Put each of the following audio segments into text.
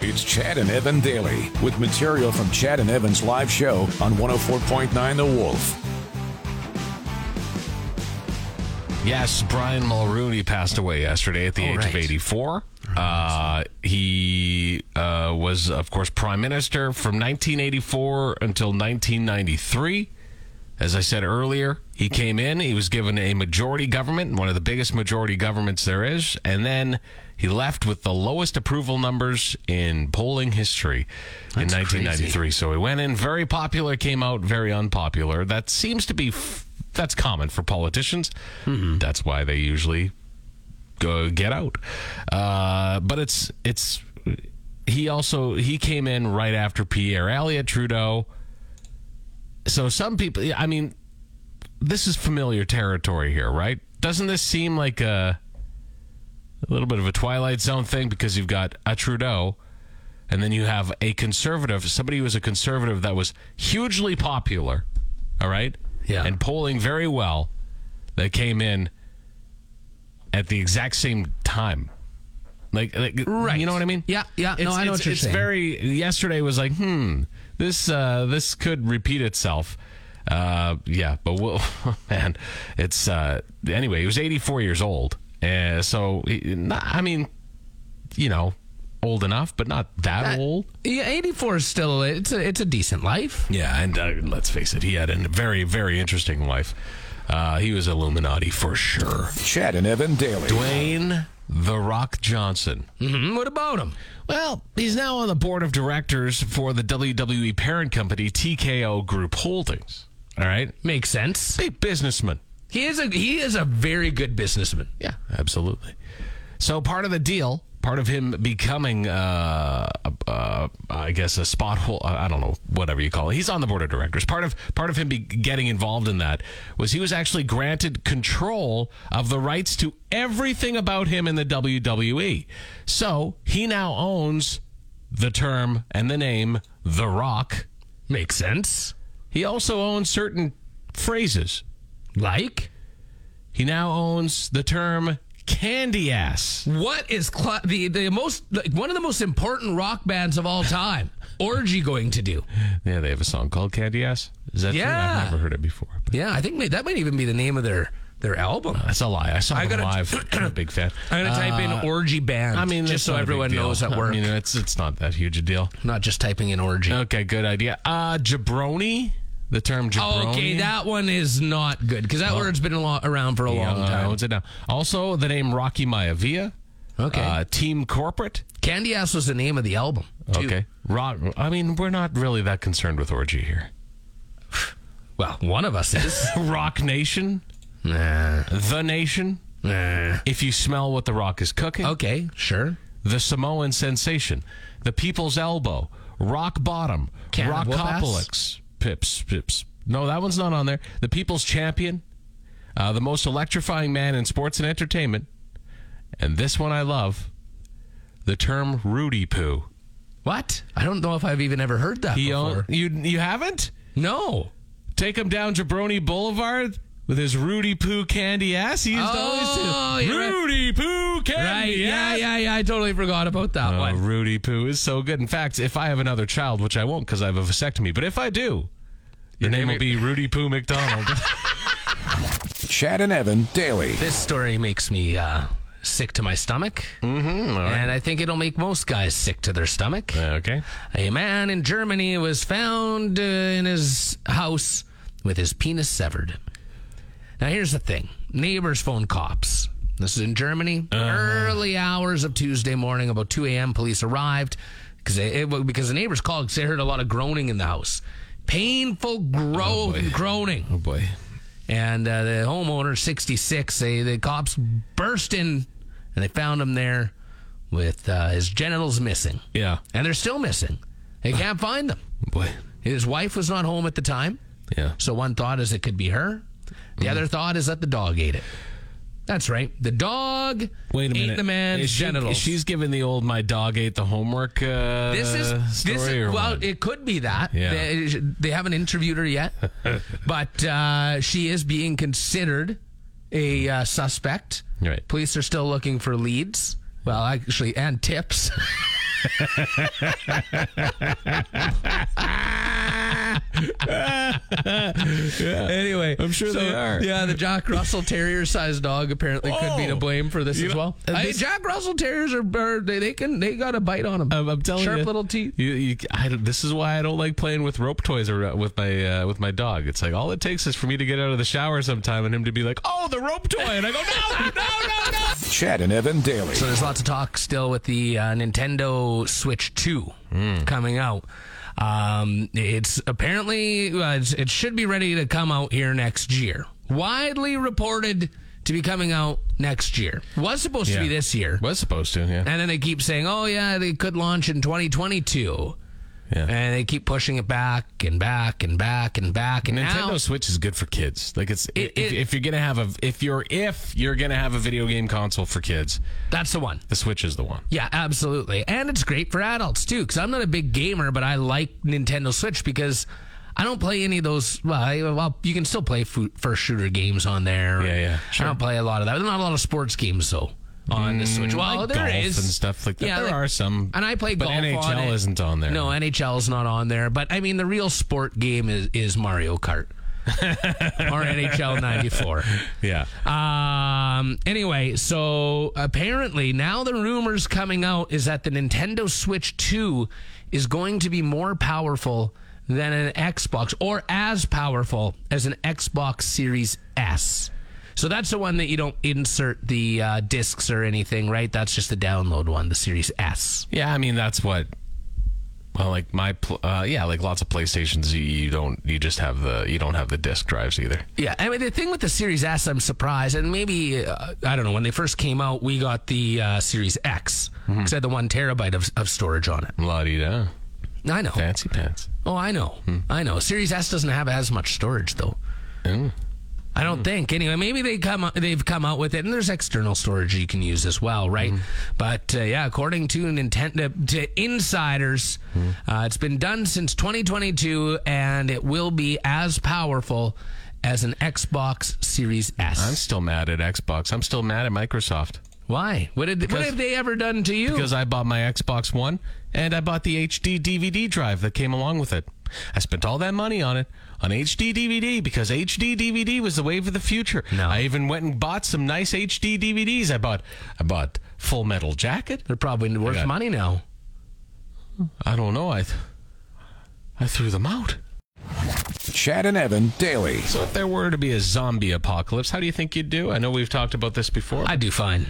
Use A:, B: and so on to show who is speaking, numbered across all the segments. A: It's Chad and Evan Daily with material from Chad and Evan's live show on 104.9 The Wolf.
B: Yes, Brian Mulrooney passed away yesterday at the
C: Oh,
B: age of
C: right.
B: 84. Uh, he uh, was, of course, prime minister from 1984 until 1993. As I said earlier, he came in, he was given a majority government, one of the biggest majority governments there is, and then he left with the lowest approval numbers in polling history in 1993. So he went in very popular, came out very unpopular. That seems to be f- that's common for politicians. That's why they usually go get out. Uh, but it's it's he also he came in right after Pierre Elliott Trudeau. So some people, I mean, this is familiar territory here, right? Doesn't this seem like a a little bit of a Twilight Zone thing because you've got a Trudeau and then you have a conservative, somebody who was a conservative that was hugely popular, all right?
C: Yeah.
B: And polling very well that came in at the exact same time. Like, like
C: Right.
B: you know what I mean?
C: Yeah, yeah. No, I know
B: it's,
C: what you're
B: it's
C: saying.
B: very. Yesterday was like, hmm, this uh, this could repeat itself. Uh, yeah, but we'll, man, it's uh, anyway. He was 84 years old, uh, so he- not, I mean, you know, old enough, but not that old.
C: Yeah, 84 is still it's a it's a decent life.
B: Yeah, and uh, let's face it, he had a very very interesting life. Uh, he was Illuminati for sure.
A: Chad and Evan Daily.
B: Dwayne the Rock Johnson.
C: hmm What about him?
B: Well, he's now on the board of directors for the WWE parent company TKO Group Holdings. All right,
C: Makes sense.
B: big businessman.
C: He is a he is a very good businessman.
B: Yeah, absolutely. So part of the deal, part of him becoming, uh, uh, I guess, a spot hole. I don't know, whatever you call it. He's on the board of directors. Part of part of him be getting involved in that was he was actually granted control of the rights to everything about him in the WWE. So he now owns the term and the name The Rock.
C: Makes sense.
B: He also owns certain phrases.
C: Like
B: He now owns the term candy ass.
C: what is cl- the the most like, one of the most important rock bands of all time? Orgy going to do?
B: Yeah, they have a song called Candy Ass. Is that true?
C: Yeah.
B: I've never heard it before. But
C: Yeah, I think may, that might even be the name of their their album.
B: that's a lie. I saw them
C: gotta-
B: live. I'm a big fan. Uh,
C: I'm gonna type in orgy band.
B: I mean,
C: just
B: that's
C: so
B: not a big
C: everyone
B: deal.
C: knows at work,
B: I mean, it's it's not that huge a deal.
C: not just typing in orgy.
B: Okay, good idea. Uh, jabroni. The term jabroni.
C: Oh, okay, that one is not good because that word's been a lo- around for a
B: Yeah,
C: long time.
B: uh, what's it now? Also, the name Rocky Maivia.
C: Okay.
B: Uh, Team Corporate.
C: Candy Ass was the name of the album. too.
B: Okay. Rock. I mean, we're not really that concerned with orgy here.
C: Well, one of us is.
B: Rock Nation.
C: nah.
B: The Nation.
C: Nah.
B: If you smell what the rock is cooking.
C: Okay, sure.
B: the Samoan sensation, the people's elbow, rock bottom,
C: Canada
B: rockopolis, pips, pips. No, that one's not on there. The people's champion, uh, the most electrifying man in sports and entertainment, and this one I love, the term Rudy Poo.
C: What? I don't know if I've even ever heard that
B: He own,
C: before.
B: you you haven't
C: no.
B: take him down Jabroni Boulevard. With his Rudy Poo candy ass, he used
C: Oh,
B: all these
C: you're right.
B: Rudy Poo
C: Right.
B: candy ass.
C: Yeah, yeah, yeah. I totally forgot about that
B: Oh,
C: one.
B: Rudy Poo is so good. In fact, if I have another child, which I won't because I have a vasectomy, but if I do, your name will be Rudy Poo McDonald.
A: Chad and Evan Daily.
C: This story makes me uh, sick to my stomach. Mm-hmm. And I think it'll make most guys sick to their stomach.
B: okay.
C: A man in Germany was found uh, in his house with his penis severed. Now, here's the thing neighbors phone cops. This is in Germany. Early hours of Tuesday morning, about 2 a.m., police arrived because because the neighbors called 'cause they heard a lot of groaning in the house. Painful gro- groaning.
B: Oh, boy.
C: And uh, the homeowner, 66, they, the cops burst in and they found him there with uh, his genitals missing.
B: Yeah.
C: And they're still missing. They can't find them.
B: Boy.
C: His wife was not home at the time.
B: Yeah.
C: So one thought is it could be her. The other thought is that the dog ate it. That's right. The dog
B: Wait a
C: ate
B: minute.
C: the man's
B: Is she-
C: genitals.
B: she's giving the old my dog ate the homework uh,
C: this is
B: story
C: this
B: or
C: is well,
B: what?
C: it could be that.
B: Yeah.
C: They, they haven't interviewed her yet, but uh, she is being considered a uh, suspect.
B: Right.
C: Police are still looking for leads. Well, actually, and tips. Anyway, I'm
B: sure they are.
C: Yeah, the Jack Russell Terrier sized dog apparently could be to
B: Oh.
C: blame for this
B: You
C: as
B: know,
C: well.
B: uh,
C: Hey,
B: this-
C: Jack Russell Terriers are, are they, they can they got a bite on them.
B: I'm, I'm telling
C: sharp
B: you,
C: little teeth.
B: You, you, I, don't- this is why I don't like playing with rope toys or with my uh, with my dog. It's like all it takes is for me to get out of the shower sometime and him to be like, "Oh, the rope toy," and I go, "No, no, no, no."
A: Chad and Evan daily.
C: So there's lots of talk still with the uh, Nintendo Switch 2
B: Hmm.
C: coming out. Um, it's apparently uh, it's, it should be ready to come out here next year. Widely reported to be coming out next year. Was supposed to be
B: Yeah.
C: this year.
B: Was supposed to, yeah.
C: And then they keep saying, "Oh yeah, they could launch in 2022."
B: Yeah.
C: And they keep pushing it back and back and back and back and
B: Nintendo
C: now
B: Switch is good for kids. Like it's
C: It-
B: if,
C: it-
B: if you're gonna have a if you're if you're gonna have a video game console for kids,
C: that's the one.
B: the Switch is the one.
C: Yeah, absolutely. And it's great for adults too, because I'm not a big gamer, but I like Nintendo Switch because I don't play any of those. Well, I, well you can still play fu- first shooter games on there.
B: Yeah, yeah,
C: I don't play a lot of that. There's not a lot of sports games though on the Switch. Well,
B: Mm, Like
C: there
B: golf
C: is
B: and stuff like that.
C: Yeah,
B: there
C: like-
B: are some,
C: and I play
B: but
C: golf on
B: NHL
C: it.
B: isn't on there.
C: No, NHL's not on there. But I mean, the real sport game is, is Mario Kart or NHL 94.
B: yeah,
C: Um. Anyway, so apparently now the rumors coming out is that the Nintendo Switch 2 is going to be more powerful than an Xbox, or as powerful as an Xbox Series S. So that's the one that you don't insert the uh, discs or anything, right? That's just the download one, the Series S.
B: yeah. I mean, that's what. Well, like my, pl- uh, yeah, like lots of PlayStations, you, you don't, you just have the, you don't have the disc drives either.
C: Yeah, I mean the thing with the Series S, I'm surprised, and maybe uh, I don't know. When they first came out, we got the uh, Series X, 'cause it had the one terabyte of, of storage on it.
B: La di da,
C: I know.
B: fancy pants.
C: Oh, I know.
B: Hmm.
C: I know. Series S doesn't have as much storage though. I
B: Hmm.
C: don't think. Anyway, maybe they come they've come out with it, and there's external storage you can use as well, right?
B: Hmm.
C: But uh, yeah, according to Nintendo to insiders,
B: Hmm.
C: uh, it's been done since 2022, and it will be as powerful as an Xbox Series S.
B: I'm still mad at Xbox. I'm still mad at Microsoft
C: Why? What did what have they ever done to you?
B: because I bought my Xbox One and I bought the HD DVD drive that came along with it. I spent all that money on it on HD DVD because HD DVD was the wave of the future.
C: No.
B: I even went and bought some nice HD DVDs. I bought I bought Full Metal Jacket.
C: They're probably worth
B: got-
C: money now.
B: I don't know. I th- I threw them out.
A: Chad and Evan daily.
B: So if there were to be a zombie apocalypse, how do you think you'd do? I know we've talked about this before.
C: I do fine.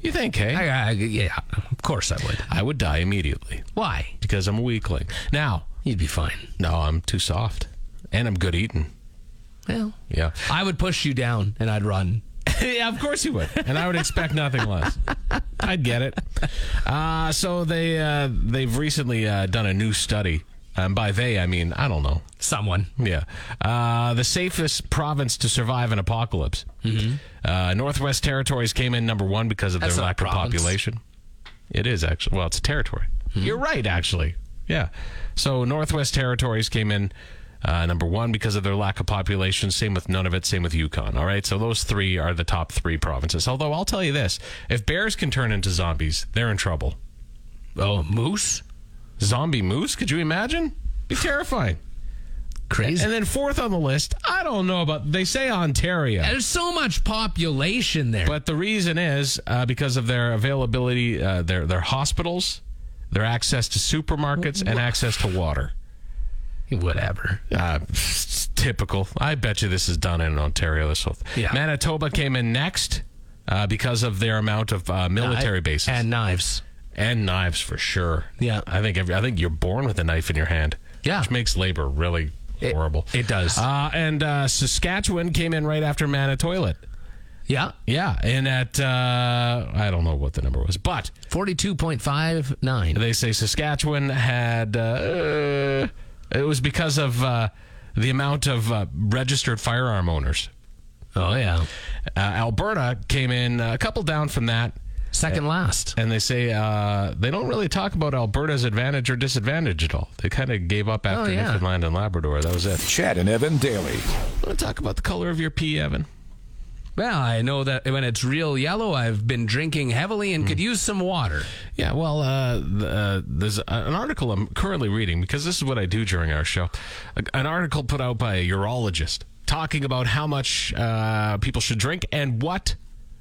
B: you think, hey?
C: I, I, yeah, of course I would.
B: I would die immediately
C: Why?
B: because I'm a weakling. Now,
C: You'd be fine.
B: no, I'm too soft and I'm good eating.
C: Well,
B: Yeah.
C: I would push you down and I'd run.
B: yeah, of course you would, and I would expect nothing less. I'd get it. Uh, so they uh, they've recently uh, done a new study, and by they I mean I don't know.
C: Someone.
B: Yeah, uh, the safest province to survive an apocalypse. Uh, Northwest Territories came in number one because of
C: Mm-hmm. That's
B: their
C: not
B: lack
C: a
B: of
C: province. Mm-hmm.
B: population. It is actually well, it's a territory. You're right, actually. Yeah. So Northwest Territories came in uh, number one because of their lack of population. Same with Nunavut. Same with Yukon. All right. So those three are the top three provinces. Although I'll tell you this: if bears can turn into zombies, they're in trouble.
C: Oh, moose?
B: Zombie moose? Could you imagine? Be terrifying.
C: Crazy.
B: And then fourth on the list, I don't know about. They say Ontario.
C: There's so much population there.
B: But the reason is uh, because of their availability, uh, their their hospitals, their access to supermarkets, and access to water.
C: Whatever.
B: Uh, typical. I bet you this is done in Ontario. This whole th-
C: Yeah.
B: Manitoba came in next uh, because of their amount of uh, military bases
C: And knives.
B: and knives for sure.
C: Yeah.
B: I think every, I think you're born with a knife in your hand.
C: Yeah.
B: which makes labor really
C: It-
B: horrible.
C: it does.
B: Uh, and uh, Saskatchewan came in right after Manitoilet.
C: Yeah.
B: Yeah, and at uh, I don't know what the number was, but
C: 42.59.
B: they say Saskatchewan had uh, uh, it was because of uh, the amount of uh, registered firearm owners.
C: Oh, yeah.
B: Uh, Alberta came in a couple down from that,
C: Second last.
B: and they say uh, they don't really talk about Alberta's advantage or disadvantage at all. They kind of gave up after
C: Oh, yeah.
B: Newfoundland and Labrador. That was it.
A: Chad and Evan daily.
B: Want to talk about the color of your pee, Evan?
C: Well, I know that when it's real yellow, I've been drinking heavily and could use some water.
B: Yeah, well, uh, th- uh, there's an article I'm currently reading because this is what I do during our show. A- An article put out by a urologist talking about how much uh, people should drink and what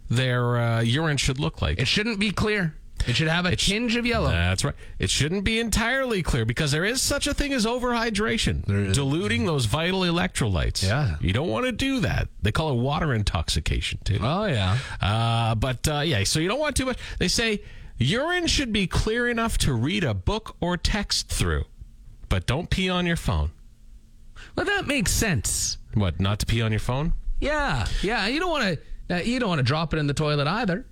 B: their uh, urine should look like.
C: It shouldn't be clear. It should have a tinge of yellow.
B: That's right. It shouldn't be entirely clear because there is such a thing as overhydration, diluting those vital electrolytes.
C: Yeah.
B: You don't want to do that. They call it water intoxication, too.
C: oh yeah.
B: Uh, but uh, yeah, so you don't want too much. They say urine should be clear enough to read a book or text through, but don't pee on your phone.
C: Well, that makes sense.
B: What? Not to pee on your phone?
C: Yeah, yeah. You don't want to. Uh, you don't want to drop it in the toilet either.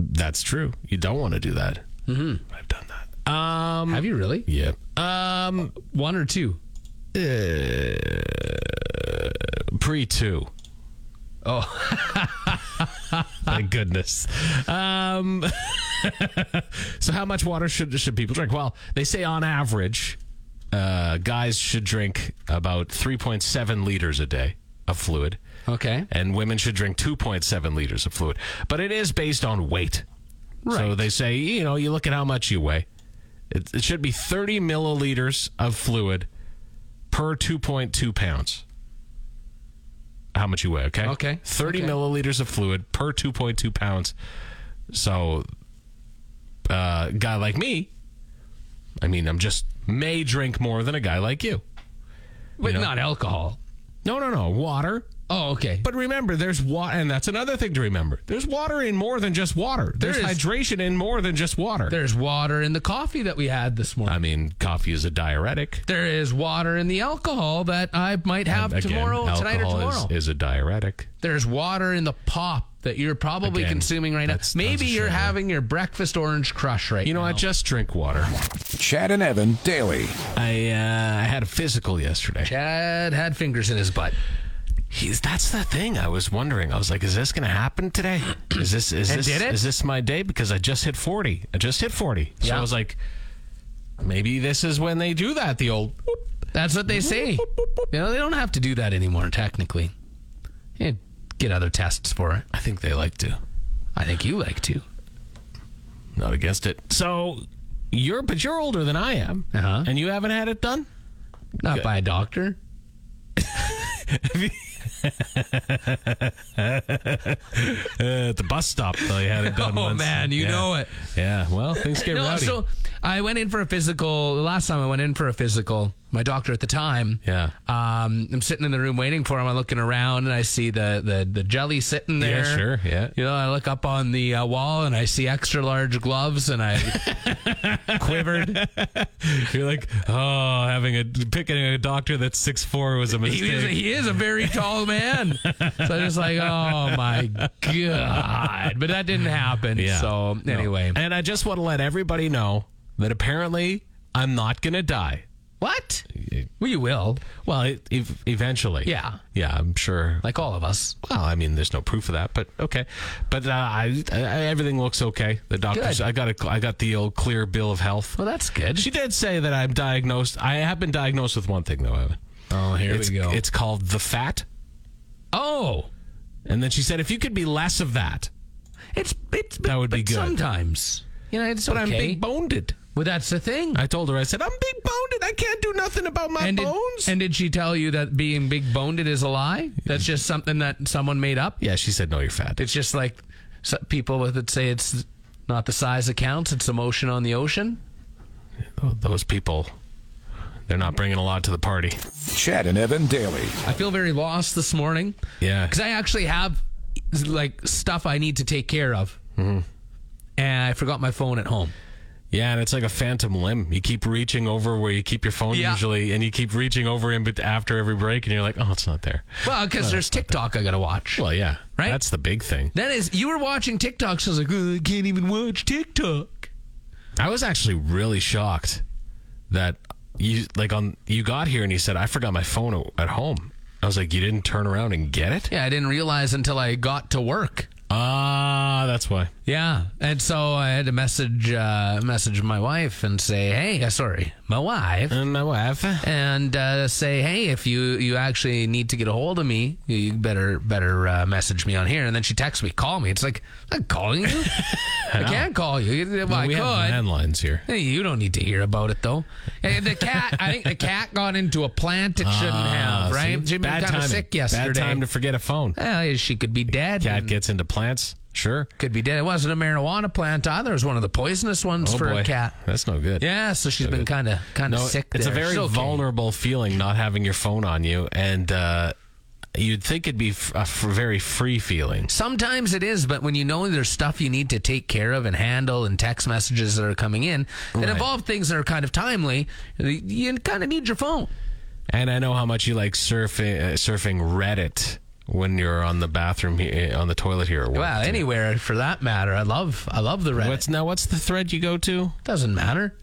B: That's true. You don't want to do that. Mm-hmm. I've done that. Um.
C: Have you really?
B: Yeah. Um.
C: One or two?
B: Uh, Pre two.
C: Oh,
B: Thank goodness. Um, so, how much water should should people drink? Well, they say on average, uh, guys should drink about three point seven liters a day of fluid,
C: okay.
B: and women should drink two point seven liters of fluid. But it is based on weight. So
C: Right.
B: they say, you know, you look at how much you weigh. It, it should be thirty milliliters of fluid per two point two pounds. How much you weigh? Okay.
C: Okay.
B: 30
C: Okay.
B: milliliters of fluid per 2.2 pounds. So, uh, a guy like me, I mean, I'm just may drink more than a guy like you.
C: But
B: know.
C: not alcohol.
B: No, no, no, water.
C: Oh, okay.
B: But remember, there's water, and that's another thing to remember. There's water in more than just water. There's
C: There is-
B: hydration in more than just water.
C: There's water in the coffee that we had this morning.
B: I mean, coffee is a diuretic.
C: there is water in the alcohol that I might have
B: Again,
C: tomorrow, tonight, or
B: alcohol is-
C: tomorrow.
B: is a diuretic.
C: There's water in the pop that you're probably
B: Again,
C: consuming right now.
B: that's-
C: Maybe
B: that's a
C: you're
B: shame.
C: having your breakfast orange crush right
B: You know,
C: now.
B: I just drink water.
A: Chad and Evan daily.
B: I uh, I had a physical yesterday.
C: Chad had fingers in his butt.
B: He's that's the thing I was wondering. I was like, is this going to happen today? Is this is
C: And
B: this
C: did it?
B: is this my day because I just hit 40. I just hit 40. So
C: Yeah.
B: I was like maybe this is when they do that the old whoop,
C: That's what they say. You know, they don't have to do that anymore, technically. Yeah, get other tests for it.
B: I think they like to.
C: I think you like to.
B: Not against it. So you're but you're older than I am.
C: Uh-huh.
B: And you haven't had it done?
C: Not by a doctor.
B: at the bus stop they had it done.
C: Oh, man, you know it.
B: Yeah, well, things get
C: No,
B: rowdy.
C: so I went in for a physical. The last time I went in for a physical, my doctor at the time.
B: Yeah.
C: Um, I'm sitting in the room waiting for him. I'm looking around and I see the the, the jelly sitting there.
B: Yeah, sure, yeah.
C: You know, I look up on the uh, wall and I see extra large gloves and I quivered.
B: You're like, oh, having a picking a doctor that's six four was a mistake.
C: He is, he is a very tall man. so I'm just like, oh my God. But that didn't happen. So
B: No.
C: anyway.
B: And I just want to let everybody know that apparently I'm not going to die.
C: What? Well, you will.
B: Well, it, ev- eventually.
C: Yeah.
B: Yeah, I'm sure.
C: Like all of us.
B: Well, I mean, there's no proof of that, but okay. But uh, I, I, everything looks okay. The doctors,
C: Good.
B: I got a, I got the old clear bill of health.
C: Well, that's good.
B: She did say that I'm diagnosed. I have been diagnosed with one thing though, Evan.
C: Oh, here
B: it's, It's called the fat.
C: oh,
B: And then she said, if you could be less of that,
C: it's it's
B: That would be
C: but
B: good.
C: Sometimes, you know, it's
B: but
C: okay.
B: I'm big boned.
C: well, that's the thing.
B: I told her, I said, I'm big boned. I can't do nothing about my
C: and did,
B: bones.
C: and did she tell you that being big boned is a lie? That's just something that someone made up.
B: yeah, she said, no, you're fat.
C: It's just like so- people with it say it's not the size that counts; it's the motion on the ocean.
B: oh, those people they're not bringing a lot to the party
A: Chad and Evan daily.
C: I feel very lost this morning.
B: Yeah.
C: because I actually have like stuff I need to take care of, and I forgot my phone at home.
B: yeah and it's like a phantom limb you keep reaching over where you keep your phone
C: Yeah.
B: usually and you keep reaching over in bet- after every break and you're like oh it's not there
C: Well, because there's TikTok I got to watch.
B: well yeah
C: Right?
B: that's the big thing
C: That is, you were watching TikTok, so I was like, "Ugh, I can't even watch TikTok.
B: i was actually really shocked that you like on you got here and you said i forgot my phone o- at home i was like you didn't turn around and get it
C: Yeah, I didn't realize until I got to work. Uh,
B: Ah, that's why.
C: Yeah, and so I had to message uh, message my wife and say, "Hey, uh, sorry, my wife."
B: And my wife.
C: and uh, say, "Hey, if you you actually need to get a hold of me, you- you better better uh, message me on here." And then she texts me, "Call me." It's like I'm not calling you. I can't call you. Well, I
B: we
C: could.
B: have landlines here.
C: Hey, you don't need to hear about it though. And the cat, I think the cat got into a plant it shouldn't
B: Ah,
C: have. Right?
B: see?
C: She
B: Bad
C: been kind of
B: timing.
C: sick yesterday. Mm.
B: Bad time to forget a phone.
C: Well, she could be dead.
B: Cat gets into plants. Sure.
C: Could be dead. It wasn't a marijuana plant either. It was one of the poisonous ones
B: Oh,
C: for
B: boy.
C: a cat.
B: That's no good.
C: Yeah, so she's been kind of kind of
B: No,
C: sick.
B: it's a
C: there.
B: very
C: She's okay.
B: vulnerable feeling not having your phone on you, and uh, you'd think it'd be f- a f- very free feeling.
C: Sometimes it is, but when you know there's stuff you need to take care of and handle and text messages that are coming in that
B: Right.
C: involve things that are kind of timely, you kind of need your phone.
B: And I know how much you like surfing, uh, surfing Reddit when you're on the bathroom he- eh, on the toilet here. At work
C: Well,
B: too.
C: anywhere for that matter. I love I love the Reddit.
B: What's now? What's the thread you go to?
C: Doesn't matter.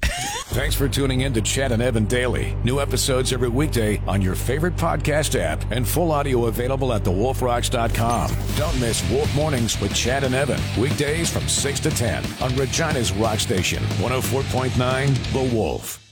A: Thanks for tuning in to Chad and Evan Daily. New episodes every weekday on your favorite podcast app and full audio available at thewolfrocks.com. Don't miss Wolf Mornings with Chad and Evan. oh Weekdays from 6 to 10 on Regina's Rock Station, 104.9 The Wolf.